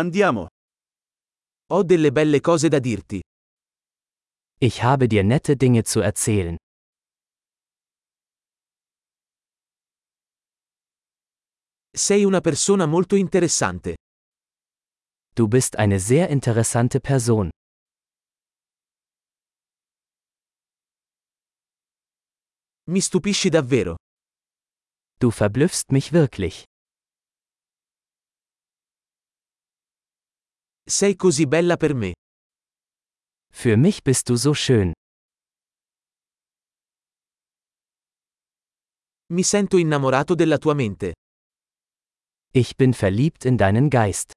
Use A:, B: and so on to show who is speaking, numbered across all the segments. A: Andiamo. Ho delle belle cose da dirti.
B: Ich habe dir nette Dinge zu erzählen.
A: Sei una persona molto interessante.
B: Du bist eine sehr interessante Person.
A: Mi stupisci davvero.
B: Du verblüffst mich wirklich.
A: Sei così bella per me.
B: Für mich bist du so schön.
A: Mi sento innamorato della tua mente.
B: Ich bin verliebt in deinen Geist.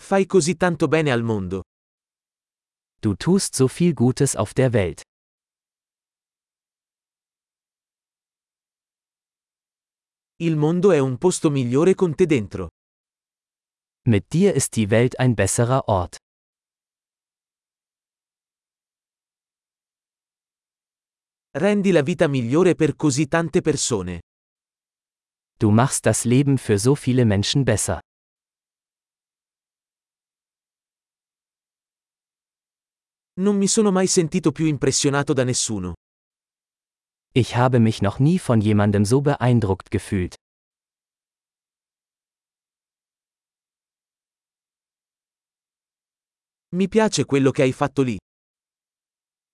A: Fai così tanto bene al mondo.
B: Du tust so viel Gutes auf der Welt.
A: Il mondo è un posto migliore con te dentro.
B: Mit dir ist die Welt ein besserer Ort.
A: Rendi la vita migliore per così tante persone.
B: Du machst das Leben für so viele Menschen besser.
A: Non mi sono mai sentito più impressionato da nessuno.
B: Ich habe mich noch nie von jemandem so beeindruckt gefühlt.
A: Mi piace quello che hai fatto lì.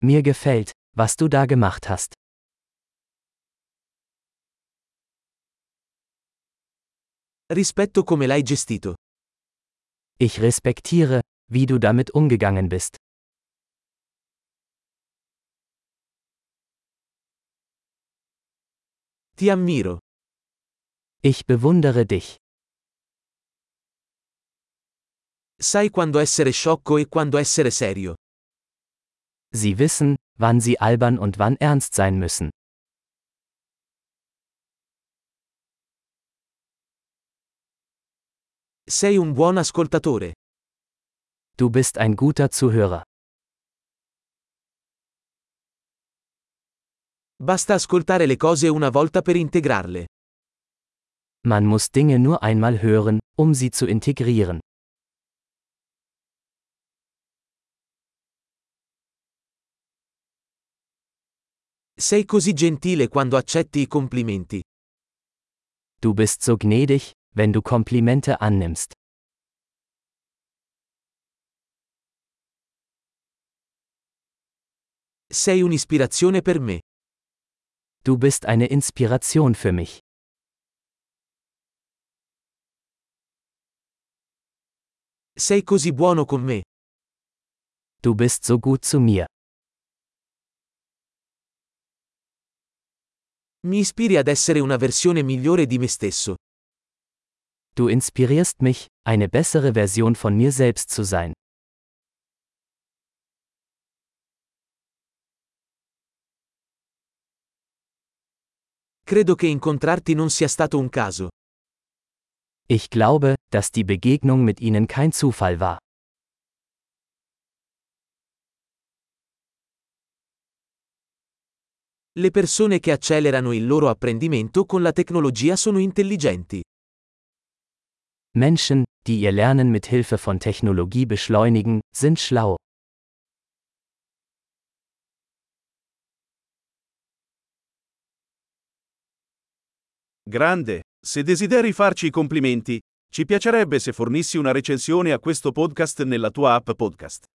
B: Mir gefällt, was du da gemacht hast.
A: Rispetto come l'hai gestito.
B: Ich respektiere, wie du damit umgegangen bist.
A: Ti ammiro.
B: Ich bewundere dich.
A: Sai quando essere sciocco e quando essere serio.
B: Sie wissen, wann sie albern und wann ernst sein müssen.
A: Sei un buon ascoltatore.
B: Du bist ein guter Zuhörer.
A: Basta ascoltare le cose una volta per integrarle.
B: Man muss Dinge nur einmal hören, um sie zu integrieren.
A: Sei così gentile quando accetti i complimenti.
B: Du bist so gnädig, wenn du Komplimente annimmst.
A: Sei un'ispirazione per me.
B: Du bist eine Inspiration für mich.
A: Sei così buono con me.
B: Du bist so gut zu mir.
A: Mi ispiri ad essere una versione migliore di me stesso.
B: Du inspirierst mich, eine bessere Version von mir selbst zu sein.
A: Credo che incontrarti non sia stato un caso.
B: Ich glaube, dass die Begegnung mit ihnen kein Zufall war.
A: Le persone che accelerano il loro apprendimento con la tecnologia sono intelligenti.
B: Menschen, die ihr Lernen mit Hilfe von Technologie beschleunigen, sind schlau.
C: Grande, se desideri farci i complimenti, ci piacerebbe se fornissi una recensione a questo podcast nella tua app podcast.